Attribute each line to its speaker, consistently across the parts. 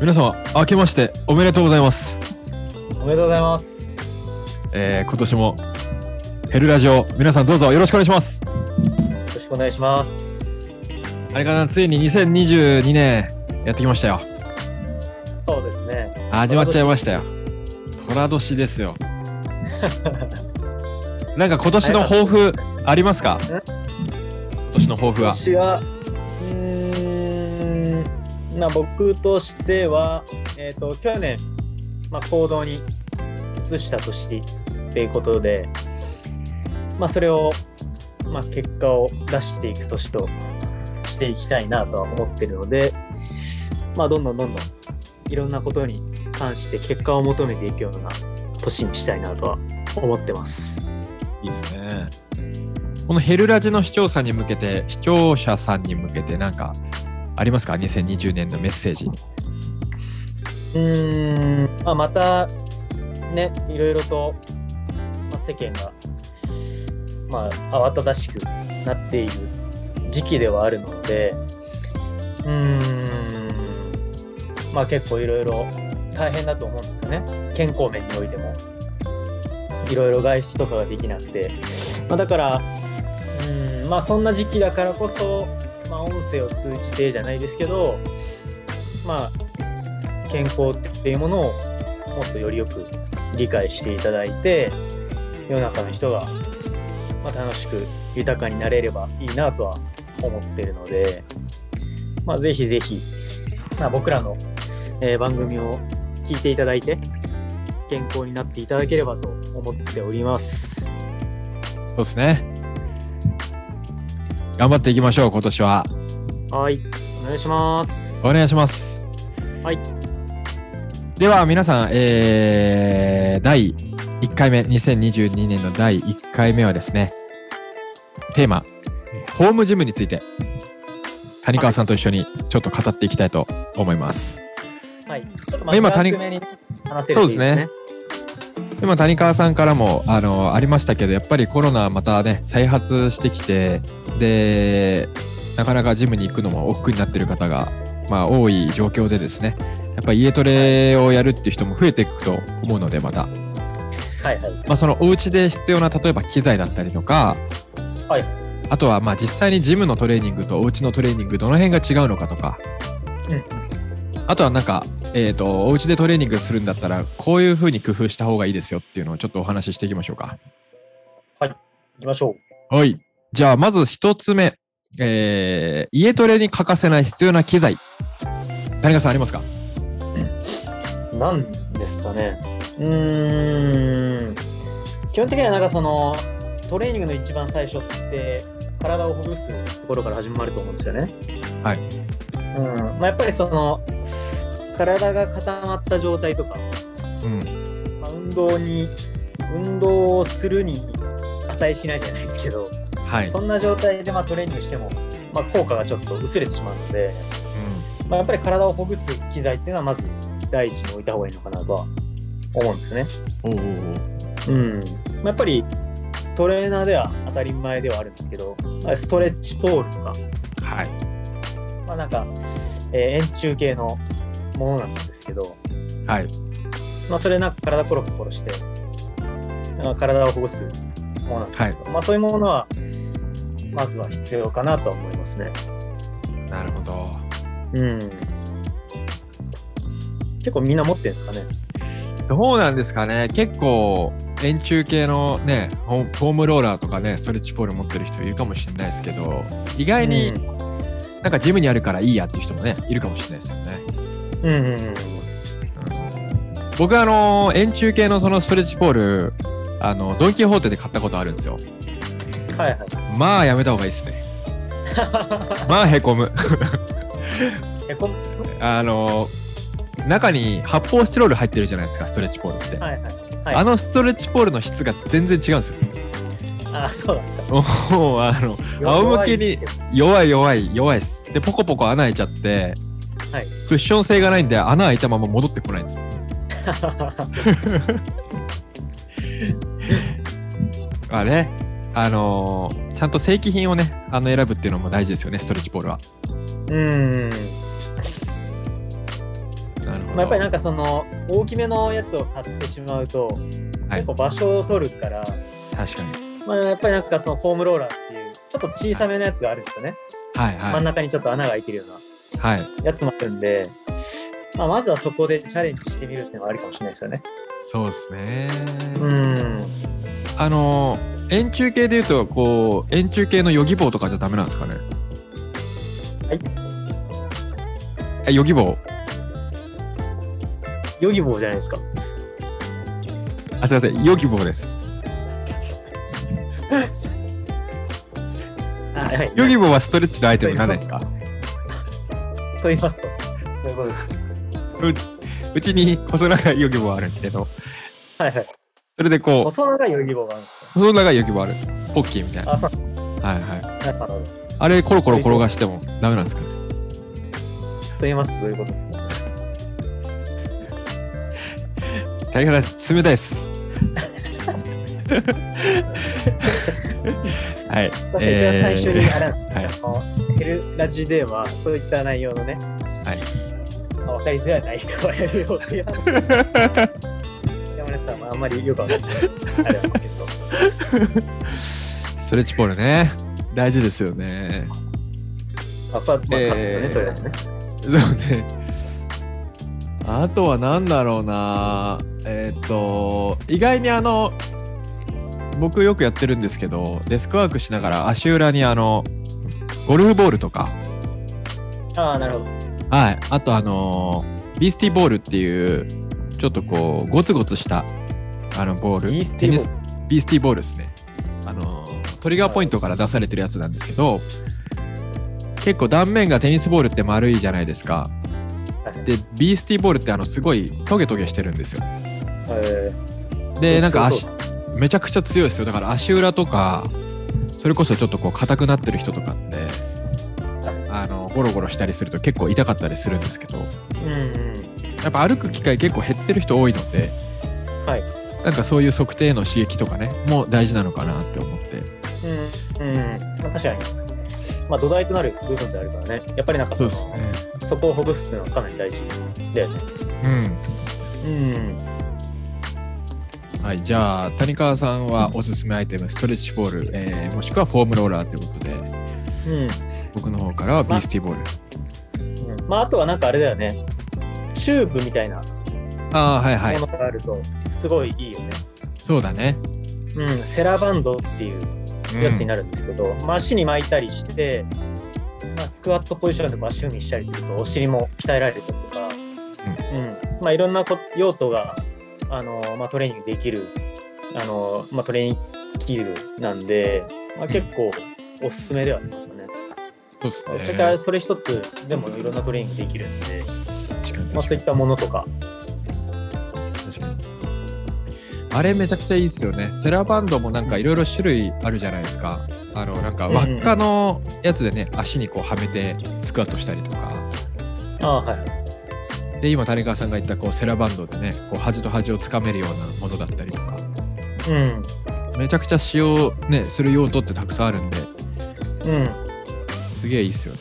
Speaker 1: 皆様、明けましておめでとうございます。
Speaker 2: おめでとうございます。
Speaker 1: えー、今年もヘルラジオ、皆さんどうぞよろしくお願いします。
Speaker 2: よろしくお願いします。
Speaker 1: あれかな、ついに2022年やってきましたよ。
Speaker 2: そうですね。
Speaker 1: あ始まっちゃいましたよ。虎年ですよ。なんか今年の抱負ありますか今年の抱負は。
Speaker 2: 私は、うーん、まあ僕としては、えっ、と、去年、まあ行動に移した年っていうことで、まあそれを、まあ結果を出していく年としていきたいなとは思ってるので、まあどんどんどんどんいろんなことに関して結果を求めていくような年にしたいなとは思ってます。
Speaker 1: いいですね。このヘルラジの視聴者に向けて、視聴者さんに向けてなんかありますか ?2020 年のメッセージ。
Speaker 2: うーん、まあ、またねいろいろと、まあ、世間が、まあ、慌ただしくなっている時期ではあるのでうーんまあ結構いろいろ大変だと思うんですよね健康面においてもいろいろ外出とかができなくて、まあ、だからうーんまあそんな時期だからこそ、まあ、音声を通じてじゃないですけどまあ健康っていうものをもっとよりよく理解していただいて世の中の人が、まあ、楽しく豊かになれればいいなとは思ってるので、まあ、ぜひぜひ、まあ、僕らの、えー番組を聞いていただいて健康になっていただければと思っております。
Speaker 1: そうですね。頑張っていきましょう、今年は。
Speaker 2: はい、お願いします。
Speaker 1: お願いします。
Speaker 2: はい。
Speaker 1: では、皆さん、えー、第1回目、2022年の第1回目はですね、テーマ、ホームジムについて、谷川さんと一緒にちょっと語っていきたいと思います。
Speaker 2: はい、ちょっと
Speaker 1: まあ今
Speaker 2: 真面目に話せるといいですね。
Speaker 1: 今、谷川さんからもあのありましたけど、やっぱりコロナまたね、再発してきて、で、なかなかジムに行くのも億劫になってる方が、まあ、多い状況でですね、やっぱり家トレをやるっていう人も増えていくと思うので、また。
Speaker 2: はいはい
Speaker 1: まあ、そのお家で必要な例えば機材だったりとか、
Speaker 2: はい
Speaker 1: あとはまあ実際にジムのトレーニングとお家のトレーニングどの辺が違うのかとか、
Speaker 2: うん
Speaker 1: あとはなんか、えー、とお家でトレーニングするんだったらこういうふうに工夫した方がいいですよっていうのをちょっとお話ししていきましょうか。
Speaker 2: 行きましょう。
Speaker 1: はい。じゃあまず一つ目、えー家トレに欠かせない必要な機材。谷川さんありますか
Speaker 2: なんですかね。うーん。基本的にはなんかそのトレーニングの一番最初って体をほぐすところから始まると思うんですよね。
Speaker 1: はい。
Speaker 2: うん。まあ、やっぱりその体が固まった状態とか、
Speaker 1: うん。
Speaker 2: まあ、運動に運動をするに値しないじゃないですけど、
Speaker 1: はい。
Speaker 2: そんな状態でまあトレーニングしても、まあ、効果がちょっと薄れてしまうので、まあ、やっぱり体をほぐす機材っていうのはまず第一に置いた方がいいのかなとは思うんですよね。
Speaker 1: うん、おうおうおう
Speaker 2: うん、やっぱりトレーナーでは当たり前ではあるんですけどストレッチポールとか、
Speaker 1: はい。
Speaker 2: まあ、なんか、えー円柱形のものなんですけど、
Speaker 1: はい。
Speaker 2: まあ、それなんか体コロコロしてなんか体をほぐすものなんですけど、まあ、そういうものはまずは必要かなとは思いますね。
Speaker 1: なるほど。
Speaker 2: うん、結構みんな持ってるんですかね。
Speaker 1: どうなんですかね結構円柱系のねホーホームローラーとかねストレッチポール持ってる人いるかもしれないですけど意外に
Speaker 2: うん
Speaker 1: なんかジムにあるからいいやっていう人もねいるかもしれないですよね、
Speaker 2: うんうんうん
Speaker 1: うん僕あの円柱系のそのストレッチポールあのドン・キホーテで買ったことあるんですよ
Speaker 2: はいはい。
Speaker 1: まあやめた方がいいですねまあへこむ
Speaker 2: えこん
Speaker 1: あの中に発泡スチロール入ってるじゃないですかストレッチポールって、
Speaker 2: はいはい。はい、
Speaker 1: あのストレッチポールの質が全然違うんですよ
Speaker 2: あそうなんですか。
Speaker 1: もうあの仰向け に弱い弱い弱いっすでポコポコ穴開いちゃって、
Speaker 2: はい
Speaker 1: クッション性がないんで穴開いたまま戻ってこないんですよあれあのーちゃんと正規品をねあの選ぶっていうのも大事ですよねストレッチポールは
Speaker 2: うん。
Speaker 1: あのほ
Speaker 2: まあ、やっぱり
Speaker 1: ど。
Speaker 2: なんかその大きめのやつを買ってしまうと、
Speaker 1: はい
Speaker 2: 結構場所を取るから、
Speaker 1: 確かに。
Speaker 2: まあ、やっぱりなんかそのフォームローラーっていうちょっと小さめのやつがあるんですよね、
Speaker 1: はい
Speaker 2: 真ん
Speaker 1: は。
Speaker 2: 中にちょっと穴が開いてるようない
Speaker 1: はい。
Speaker 2: やつもあるんで、まあ、まずはそこでチャレンジしてみるっていうのはありかもしれないですよね。
Speaker 1: そうですね。
Speaker 2: うん
Speaker 1: あの、円柱形でいうと、こう、円柱形のヨギ棒とかじゃダメなんですかね。はい。え、ヨギ棒。
Speaker 2: ヨギボーじゃないですか。
Speaker 1: あ、すいません。ヨギ棒です。
Speaker 2: あはい
Speaker 1: ヨギ棒はストレッチのアイテムなんですか
Speaker 2: と言いますと。ということです。
Speaker 1: うちに細長いヨギ棒あるんですけど、
Speaker 2: はいはい。
Speaker 1: それでこう、
Speaker 2: 細長いヨギボーがあるんですか
Speaker 1: 細長いヨギ棒あるんです。ポッキーみたいな。
Speaker 2: あ、そうなんです
Speaker 1: はいはい。
Speaker 2: か。なるほど。
Speaker 1: あれ、コロコロ転がしてもダメなんですかね。
Speaker 2: と言いますとどういうことですか
Speaker 1: 大変です。冷たい です。はい。
Speaker 2: 確かに一番最初にあれなんです
Speaker 1: えーはい
Speaker 2: あのヘルラジではそういった内容のね、
Speaker 1: はい
Speaker 2: まあ、分かりづらい内容をやるよっていう話山根さんはあんまりよくわかんないあれなんですけど、
Speaker 1: ストレッチポールね。大事ですよね。
Speaker 2: まあ、ここはまあカ
Speaker 1: えー
Speaker 2: ットね、とりあえずね。
Speaker 1: そうね。あとは何だろうな。えーっ、と、意外にあの、僕よくやってるんですけど、デスクワークしながら足裏にあの、ゴルフボールとか、
Speaker 2: ああ、なるほど。
Speaker 1: はい。あとあのービースティボールっていう、ちょっとこう、ゴツゴツした、あの、ボール。
Speaker 2: ビースティボール
Speaker 1: テニスビースティボールですね。あのートリガーポイントから出されてるやつなんですけど、結構断面がテニスボールって丸いじゃないですか。で、ビースティボールってあの、すごいトゲトゲしてるんですよ。
Speaker 2: え
Speaker 1: で、なんか足、
Speaker 2: そ
Speaker 1: めちゃくちゃ強いですよ。だから足裏とか、それこそちょっとこう、硬くなってる人とかって、あの、ゴロゴロしたりすると結構痛かったりするんですけど、
Speaker 2: ううん
Speaker 1: やっぱ歩く機会結構減ってる人多いので、
Speaker 2: はい
Speaker 1: なんかそういう測定の刺激とかねもう大事なのかなって思って
Speaker 2: うん。うん。まあ、確かに。まあ、土台となる部分であるからね、やっぱりなんかそのそ,、
Speaker 1: ね
Speaker 2: こをほぐすっていうのはかなり大事だよね。うん。
Speaker 1: うんはいじゃあ谷川さんはおすすめアイテムストレッチボール、えーもしくはフォームローラーってことで
Speaker 2: うん。
Speaker 1: 僕の方からはビースティボール、
Speaker 2: うんまあ、あとはなんかあれだよね。チューブみたいなも
Speaker 1: ああはいはい
Speaker 2: のがあると、すごいいいよね。
Speaker 1: そうだね、
Speaker 2: うん、セラバンドっていう
Speaker 1: うん
Speaker 2: やつになるんですけど、まあ、足に巻いたりして、まあ、スクワットポジションでも足踏みしたりすると、お尻も鍛えられるとか、うん、まあ、いろんなこ用途が、あの、まあ、トレーニングできる、あの、まあ、トレーニング器具なんで、まあ、結構おすすめではありますよね。
Speaker 1: そうっす
Speaker 2: まあ
Speaker 1: ね
Speaker 2: ぶっちゃけそれ一つでもいろんなトレーニングできるんで、
Speaker 1: 確かに
Speaker 2: まあ、そういったものとか、
Speaker 1: 確かにあれめちゃくちゃいいですよねセラバンドもなんかいろいろ種類あるじゃないですかあのなんか輪っかのやつでね足にこうはめてスクワットしたりとか
Speaker 2: ああはい。
Speaker 1: で今谷川さんが言ったこうセラバンドでねこう端と端をつかめるようなものだったりとか
Speaker 2: うん。
Speaker 1: めちゃくちゃ使用ねする用途ってたくさんあるんで
Speaker 2: うん。
Speaker 1: すげえいいっすよね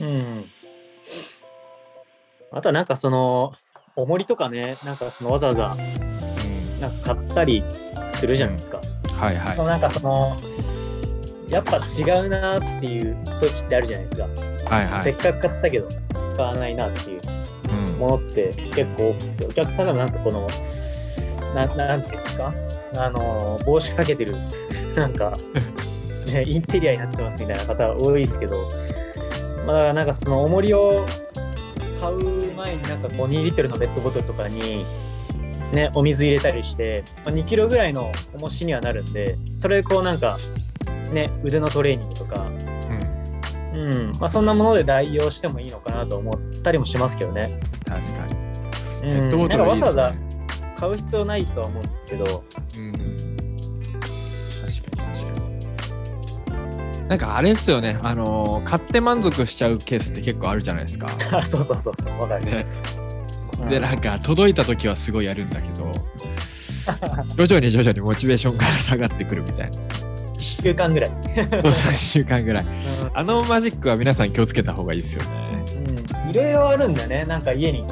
Speaker 2: うん。あとはなんかその、重りとかね、なんかそのわざわざ
Speaker 1: うん
Speaker 2: なんか買ったりするじゃないですか。
Speaker 1: はいはい
Speaker 2: でもなんかその、やっぱ違うなっていう時ってあるじゃないですか。
Speaker 1: はいは
Speaker 2: せっ
Speaker 1: い、
Speaker 2: かく買ったけど使わないなっていう
Speaker 1: うん、
Speaker 2: ものって結構多くて、お客さんでもなんかこの、ななんていうんですか、あの、帽子かけてる、 なんか、ね、インテリアになってますみたいな方多いですけど、まあ、なんかその重りを買う前になんかこう2リットルのペットボトルとかに、ね、お水入れたりして、まあ、2キロぐらいの重しにはなるんで、それでこうなんか、ね、腕のトレーニングとか、
Speaker 1: うん
Speaker 2: うん、まあそんなもので代用してもいいのかなと思ったりもしますけどね。
Speaker 1: 確かに
Speaker 2: う
Speaker 1: ペット
Speaker 2: ん、
Speaker 1: ボト
Speaker 2: なんか
Speaker 1: ルいい
Speaker 2: わ
Speaker 1: っ
Speaker 2: ざわ
Speaker 1: す
Speaker 2: ざ
Speaker 1: ね
Speaker 2: 買う必要ないとは思うんですけど、
Speaker 1: うん確かに確かになんかあれですよねあのー買って満足しちゃうケースって結構あるじゃないですか、
Speaker 2: あ そうそうそうそう、わかる。
Speaker 1: ね、
Speaker 2: うん
Speaker 1: でなんか届いた時はすごいやるんだけど徐々に徐々にモチベーションから下がってくるみたいな
Speaker 2: 1週間ぐらい。
Speaker 1: そう3週間ぐらい。
Speaker 2: う
Speaker 1: あのマジックは皆さん気をつけた方がいいですよね。
Speaker 2: ん、いろいろあるんだよね、なんか家に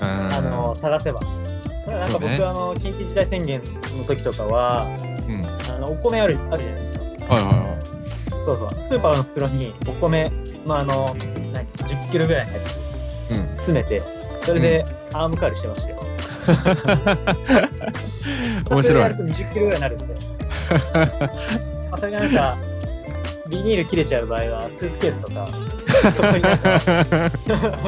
Speaker 1: あ
Speaker 2: あの探せば。ただなんか僕、
Speaker 1: そうね
Speaker 2: あの緊急事態宣言の時とかは
Speaker 1: うん、はい
Speaker 2: あのお米あるあるじゃないですか。
Speaker 1: は
Speaker 2: そうそうスーパーの袋にお米、まあ、あの何10キロぐらいのやつ
Speaker 1: いはい。うん。
Speaker 2: 詰めてそれでアームカールしてましたよ。
Speaker 1: 面
Speaker 2: それ
Speaker 1: 白
Speaker 2: や
Speaker 1: い
Speaker 2: る。と20キロぐらいになるん で、まあ、それがなんかビニール切れちゃう場合はスーツケースとかそこになんか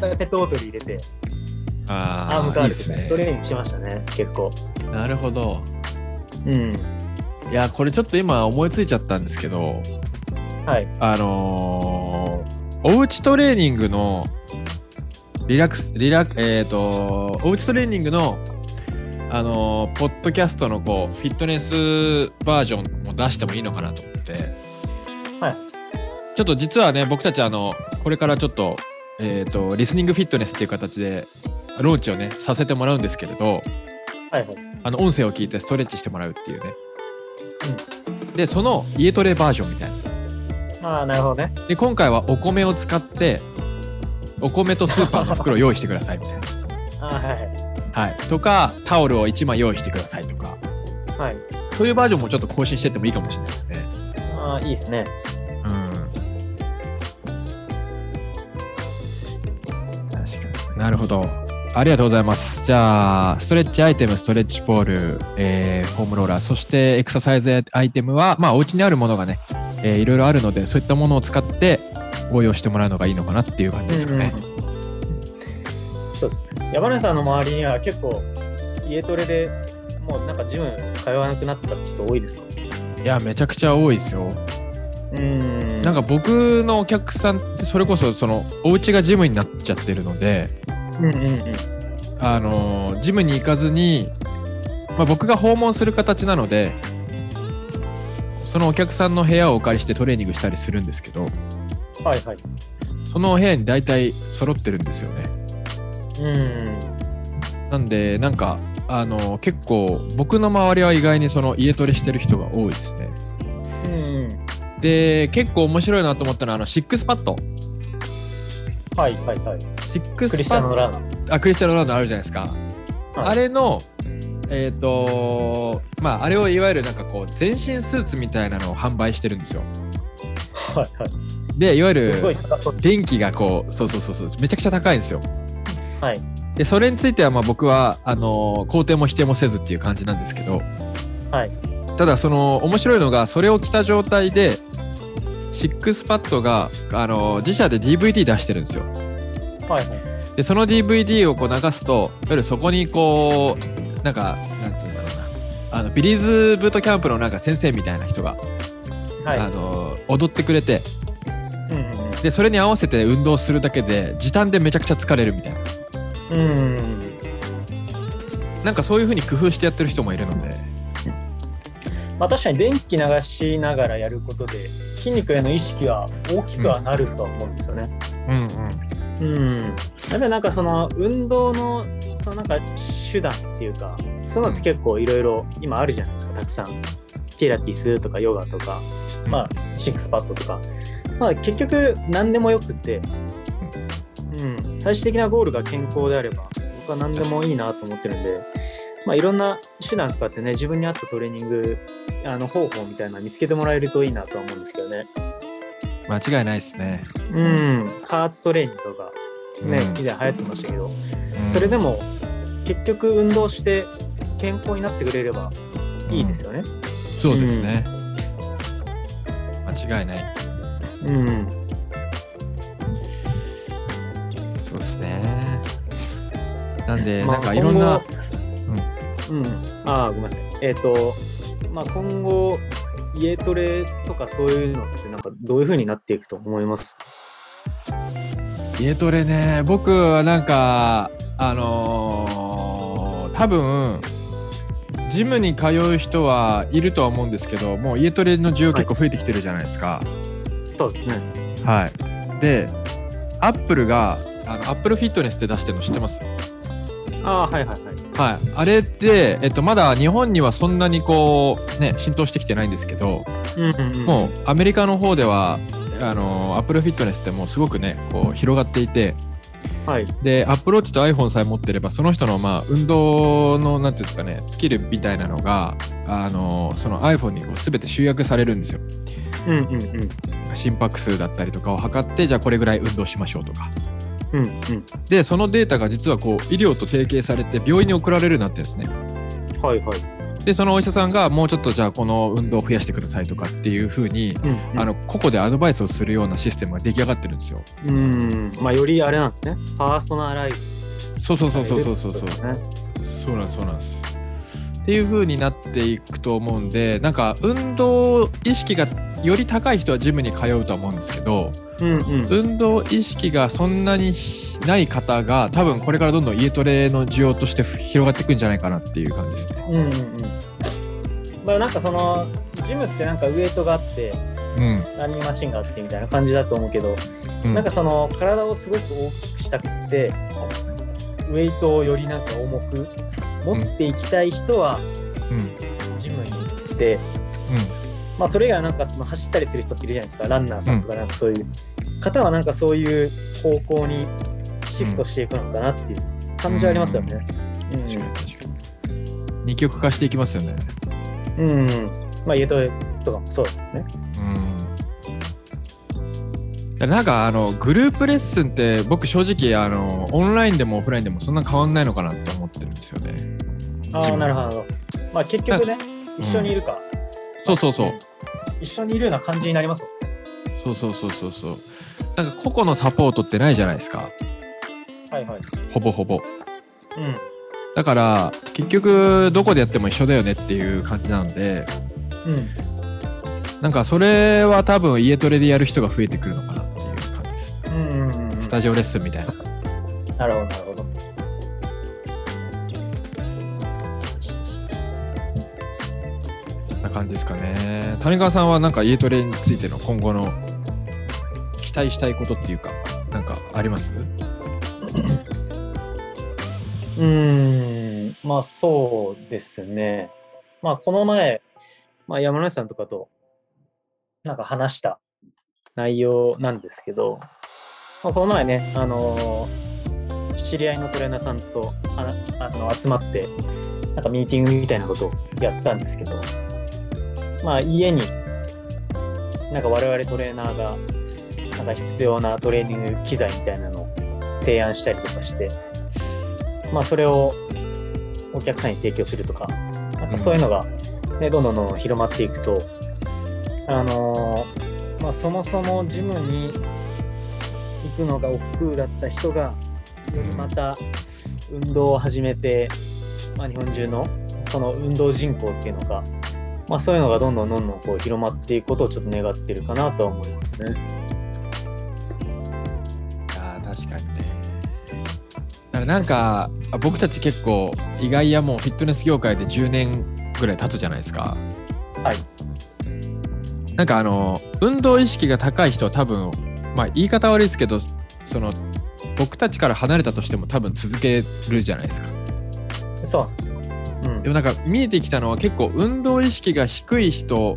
Speaker 2: ペットボトル入れて
Speaker 1: あ
Speaker 2: アームカ
Speaker 1: い
Speaker 2: ール
Speaker 1: いですね
Speaker 2: ト。レーニングしましたね結構。
Speaker 1: なるほど。
Speaker 2: うん
Speaker 1: いや、これちょっと今思いついちゃったんですけど、
Speaker 2: はい、
Speaker 1: あのーおうちトレーニングのリラックス、リラック、えっ、と、おうちトレーニングの、あのーポッドキャストのこう、フィットネスバージョンも出してもいいのかなと思って、
Speaker 2: はい。
Speaker 1: ちょっと実はね、僕たち、あの、これからちょっと、えっ、と、リスニングフィットネスっていう形で、ローンチをね、させてもらうんですけれど、
Speaker 2: はいはい
Speaker 1: あの音声を聞いてストレッチしてもらうっていうね。で、その家トレバージョンみたいな。
Speaker 2: ああなるほどね。
Speaker 1: で、今回はお米を使って、お米とスーパーの袋を用意してくださいみたいな。
Speaker 2: あーはい
Speaker 1: はい。とか、タオルを1枚用意してくださいとか、
Speaker 2: はい。はい、
Speaker 1: そういうバージョンもちょっと更新してってもいいかもしれないですね。
Speaker 2: ああいいですね。
Speaker 1: うん。確かになるほど。ありがとうございます。じゃあ、ストレッチアイテム、ストレッチポール、えー、フォームローラー、そしてエクササイズアイテムは、まあ、お家にあるものがね、えーいろいろあるので、そういったものを使って応用してもらうのがいいのかなっていう感じですかね。
Speaker 2: そうですね。山根さんの周りには結構家トレでもうなんかジム通わなくなったって人多いですか
Speaker 1: いや、めちゃくちゃ多いですよ。
Speaker 2: うん
Speaker 1: なんか僕のお客さんって、それこそ、その、お家がジムになっちゃってるので、
Speaker 2: うんうんうん
Speaker 1: あのージムに行かずに、まあ、僕が訪問する形なのでそのお客さんの部屋をお借りしてトレーニングしたりするんですけど
Speaker 2: はいはい
Speaker 1: そのお部屋に大体揃ってるんですよね
Speaker 2: うん
Speaker 1: なんでなんかあのー結構僕の周りは意外にその家トレしてる人が多いですね
Speaker 2: うん
Speaker 1: で結構面白いなと思ったのはあのシックスパッド
Speaker 2: はいはいはい
Speaker 1: シックスパッド
Speaker 2: クリスチャンのランナ
Speaker 1: あクリスチャン・ロナウドあるじゃないですか、
Speaker 2: はい
Speaker 1: あれのえっ、とまああれをいわゆるなんかこう全身スーツみたいなのを販売してるんですよ
Speaker 2: ーはいは
Speaker 1: でいわゆ
Speaker 2: いすごい
Speaker 1: る
Speaker 2: 高そう
Speaker 1: 電気がこうそうそうそうそうめちゃくちゃ高いんですよ
Speaker 2: はい
Speaker 1: でそれについてはまあ僕はあの肯定も否定もせずっていう感じなんですけど
Speaker 2: はい
Speaker 1: ただその面白いのがそれを着た状態でシックスパッドがあの自社で DVD 出してるんですよ
Speaker 2: はいはい
Speaker 1: でその DVD をこう流すといわゆるそこにこうなんかなんて言うんだろうなあのビリーズブートキャンプのなんか先生みたいな人が、
Speaker 2: はい
Speaker 1: あの踊ってくれて
Speaker 2: うん
Speaker 1: でそれに合わせて運動するだけで時短でめちゃくちゃ疲れるみたいな
Speaker 2: うんうん
Speaker 1: なんかそういう風に工夫してやってる人もいるので
Speaker 2: まあ確かに電気流しながらやることで筋肉への意識は大きくはなるとは思うんですよね、
Speaker 1: うんうん
Speaker 2: うん、やっぱりなんかその運動のそのなんか手段っていうかそういうのって結構いろいろ今あるじゃないですかたくさんピラティスとかヨガとか、まあ、シックスパッドとか、まあ、結局何でもよくて、うん、最終的なゴールが健康であれば僕は何でもいいなと思ってるんで、まあ、いろんな手段使ってね自分に合ったトレーニングあの方法みたいなの見つけてもらえるといいなとは思うんですけどね、
Speaker 1: 間違いないですね
Speaker 2: うん、加圧トレーニングとかね、
Speaker 1: うん
Speaker 2: 以前流行ってましたけど
Speaker 1: うん
Speaker 2: それでも結局運動して健康になってくれればいいですよね。
Speaker 1: そうですね、間違いない
Speaker 2: うん。
Speaker 1: そうですねなんで、な
Speaker 2: まあ
Speaker 1: んかいろんな、
Speaker 2: 今後うん。ああ、ごめんなさい。えっ、と、まあ今後、家トレとかそういうのってなんかどういう風になっていくと思います
Speaker 1: 家トレね僕はなんかあのー多分ジムに通う人はいるとは思うんですけどもう家トレの需要結構増えてきてるじゃないですか
Speaker 2: そうですね。
Speaker 1: はい、でアップルがあのアップルフィットネスって出してるの知ってます
Speaker 2: ああ、はいはいはい。
Speaker 1: はいあれって、えっと、まだ日本にはそんなにこうね浸透してきてないんですけど
Speaker 2: うんうん、うん。
Speaker 1: もうアメリカの方ではあのアップルフィットネスってもうすごくねこう広がっていて
Speaker 2: はい。
Speaker 1: で、Apple Watch と iPhone さえ持ってれば、その人の、まあ、運動の、なんていうんですかね、スキルみたいなのが、あの、その iPhone にこう全て集約されるんですよ。
Speaker 2: うんうんうん。
Speaker 1: 心拍数だったりとかを測って、じゃあこれぐらい運動しましょうとか。
Speaker 2: うんうん。
Speaker 1: で、そのデータが実はこう、医療と提携されて、病院に送られるようになってるんですね。
Speaker 2: はいはい。
Speaker 1: で、そのお医者さんが、もうちょっとじゃあこの運動を増やしてくださいとかっていうふうに、
Speaker 2: うん、うん。
Speaker 1: あの、個々でアドバイスをするようなシステムが出来上がってるんですよ。
Speaker 2: うん。まあ、よりあれなんですね。パーソナライズ。
Speaker 1: そうそうそうそうそうそうそう。
Speaker 2: う。
Speaker 1: そうなんですそうなんです。っていう風になっていくと思うんでなんか運動意識がより高い人はジムに通うとは思うんですけど
Speaker 2: うんうん。
Speaker 1: 運動意識がそんなにない方が多分これからどんどん家トレの需要として広がっていくんじゃないかなっていう感じですね。
Speaker 2: うんうんうん。まあ、なんかその、ジムってなんかウエイトがあって、
Speaker 1: うん
Speaker 2: ランニングマシンがあってみたいな感じだと思うけど、
Speaker 1: うん、
Speaker 2: なんかその体をすごく大きくしたくってウェイトをよりなんか重く持っていきたい人は
Speaker 1: うん
Speaker 2: ジムに行って、
Speaker 1: う
Speaker 2: まあ、それ以外はなんかその走ったりする人っているじゃないですかランナーさんとかなんかそういう、方はなんかそういう方向にシフトしていくのかなっていう感じはありますよね。うん
Speaker 1: 確か
Speaker 2: う
Speaker 1: に確かに。二極化していきますよね。
Speaker 2: んうんまあ家トレとかもそうですね。
Speaker 1: うん、なんかあのグループレッスンって僕正直あのオンラインでもオフラインでもそんな変わんないのかなって思ってるんですよね。
Speaker 2: あ
Speaker 1: ジ
Speaker 2: あ
Speaker 1: ム
Speaker 2: なるほど。まあ結局ね一緒にいるか、
Speaker 1: そうそうそう
Speaker 2: 一緒にいるような感じになりますよ
Speaker 1: そうそうそうそうそうなんか個々のサポートってないじゃないですか
Speaker 2: はいはい。
Speaker 1: ほぼほぼ
Speaker 2: うん
Speaker 1: だから結局どこでやっても一緒だよねっていう感じなので
Speaker 2: うん
Speaker 1: なんかそれは多分家トレでやる人が増えてくるのかなっていう感じです
Speaker 2: うんうんうんうん
Speaker 1: スタジオレッスンみたいな
Speaker 2: なるほど、なるほど。
Speaker 1: こんな感じですかね谷川さんはなんか家トレについての今後の期待したいことっていうかなんかあります
Speaker 2: うーん、まあそうですね。まあこの前、まあ、山梨さんとかとなんか話した内容なんですけど、まあ、この前ね、あのー知り合いのトレーナーさんとあなあの集まって、なんかミーティングみたいなことをやったんですけど、まあ家になんか我々トレーナーがなんか必要なトレーニング機材みたいなのを提案したりとかして、まあ、それをお客さんに提供するとか、なんかそういうのが、ね、どんどんどんどん広まっていくと、あのーまあ、そもそもジムに行くのが億劫だった人が、よりまた運動を始めて、まあ、日本中のその運動人口っていうのが、まあ、そういうのがどんどんどんどんこう広まっていくことをちょっと願ってるかなとは思いますね。
Speaker 1: あ確かにねだからなんかあ僕たち結構意外やもうフィットネス業界で10年ぐらい経つじゃないですか
Speaker 2: はい
Speaker 1: なんかあの運動意識が高い人は多分まあ言い方悪いですけどその僕たちから離れたとしても多分続けるじゃないですか
Speaker 2: そうなんですよ。うん
Speaker 1: でもなんか見えてきたのは結構運動意識が低い人を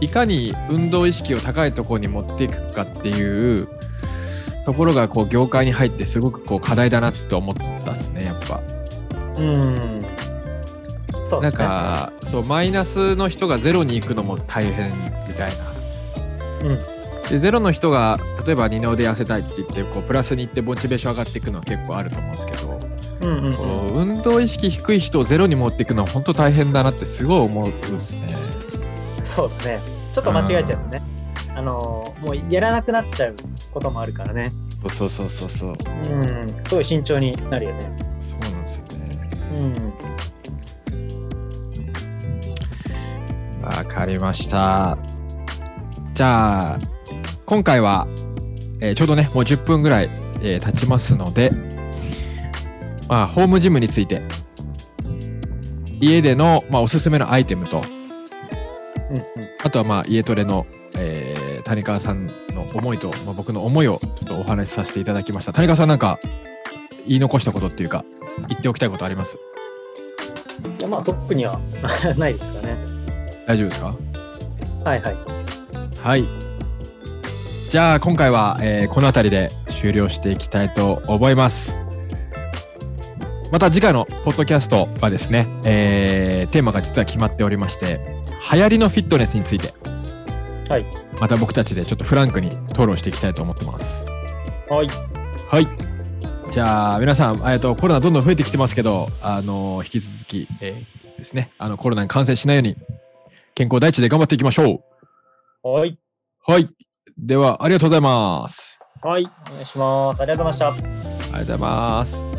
Speaker 1: いかに運動意識を高いところに持っていくかっていうところがこう業界に入ってすごくこう課題だなと思ったっすねやっぱ。
Speaker 2: うん。そう
Speaker 1: な
Speaker 2: で
Speaker 1: ん
Speaker 2: すね。
Speaker 1: かそうマイナスの人がゼロに行くのも大変みたいな。
Speaker 2: うん。
Speaker 1: でゼロの人が例えば二の腕痩せたいって言ってこうプラスに行ってモチベーション上がっていくのは結構あると思うんですけど、
Speaker 2: うんうん
Speaker 1: こ
Speaker 2: うん
Speaker 1: う運動意識低い人をゼロに持っていくのは本当大変だなってすごい思うんですね。
Speaker 2: そうだね。ちょっと間違えちゃうね。あのーもうやらなくなっちゃうこともあるからね。
Speaker 1: そうそうそうそう。
Speaker 2: うん。すごい慎重になるよね。
Speaker 1: そうなんですよね。
Speaker 2: うん。
Speaker 1: わかりました。じゃあ、今回は、えーちょうどね、もう10分ぐらい、えー経ちますので、まあ、ホームジムについて、家での、まあ、おすすめのアイテムと、
Speaker 2: うん
Speaker 1: あとは、まあ、家トレの、えー谷川さんの思いと、まあ、僕の思いをちょっとお話しさせていただきました。谷川さん、なんか、言い残したことっていうか、言っておきたいことあります
Speaker 2: うん。いやまあ特には ないですかね。
Speaker 1: 大丈夫ですか
Speaker 2: はいはい。
Speaker 1: はい。じゃあ今回は、えーこの辺りで終了していきたいと思います。また次回のポッドキャストはですね、えーテーマが実は決まっておりまして、流行りのフィットネスについて、
Speaker 2: はい
Speaker 1: また僕たちでちょっとフランクに討論していきたいと思ってます。
Speaker 2: はい。
Speaker 1: はい。じゃあ皆さん、えっとコロナどんどん増えてきてますけど、あの引き続き、えーですね、あのコロナに感染しないように健康第一で頑張っていきましょ
Speaker 2: はい。
Speaker 1: う。はい。ではありがとうございます。
Speaker 2: はい。お願いします。ありがとうございました。
Speaker 1: ありがとうございます。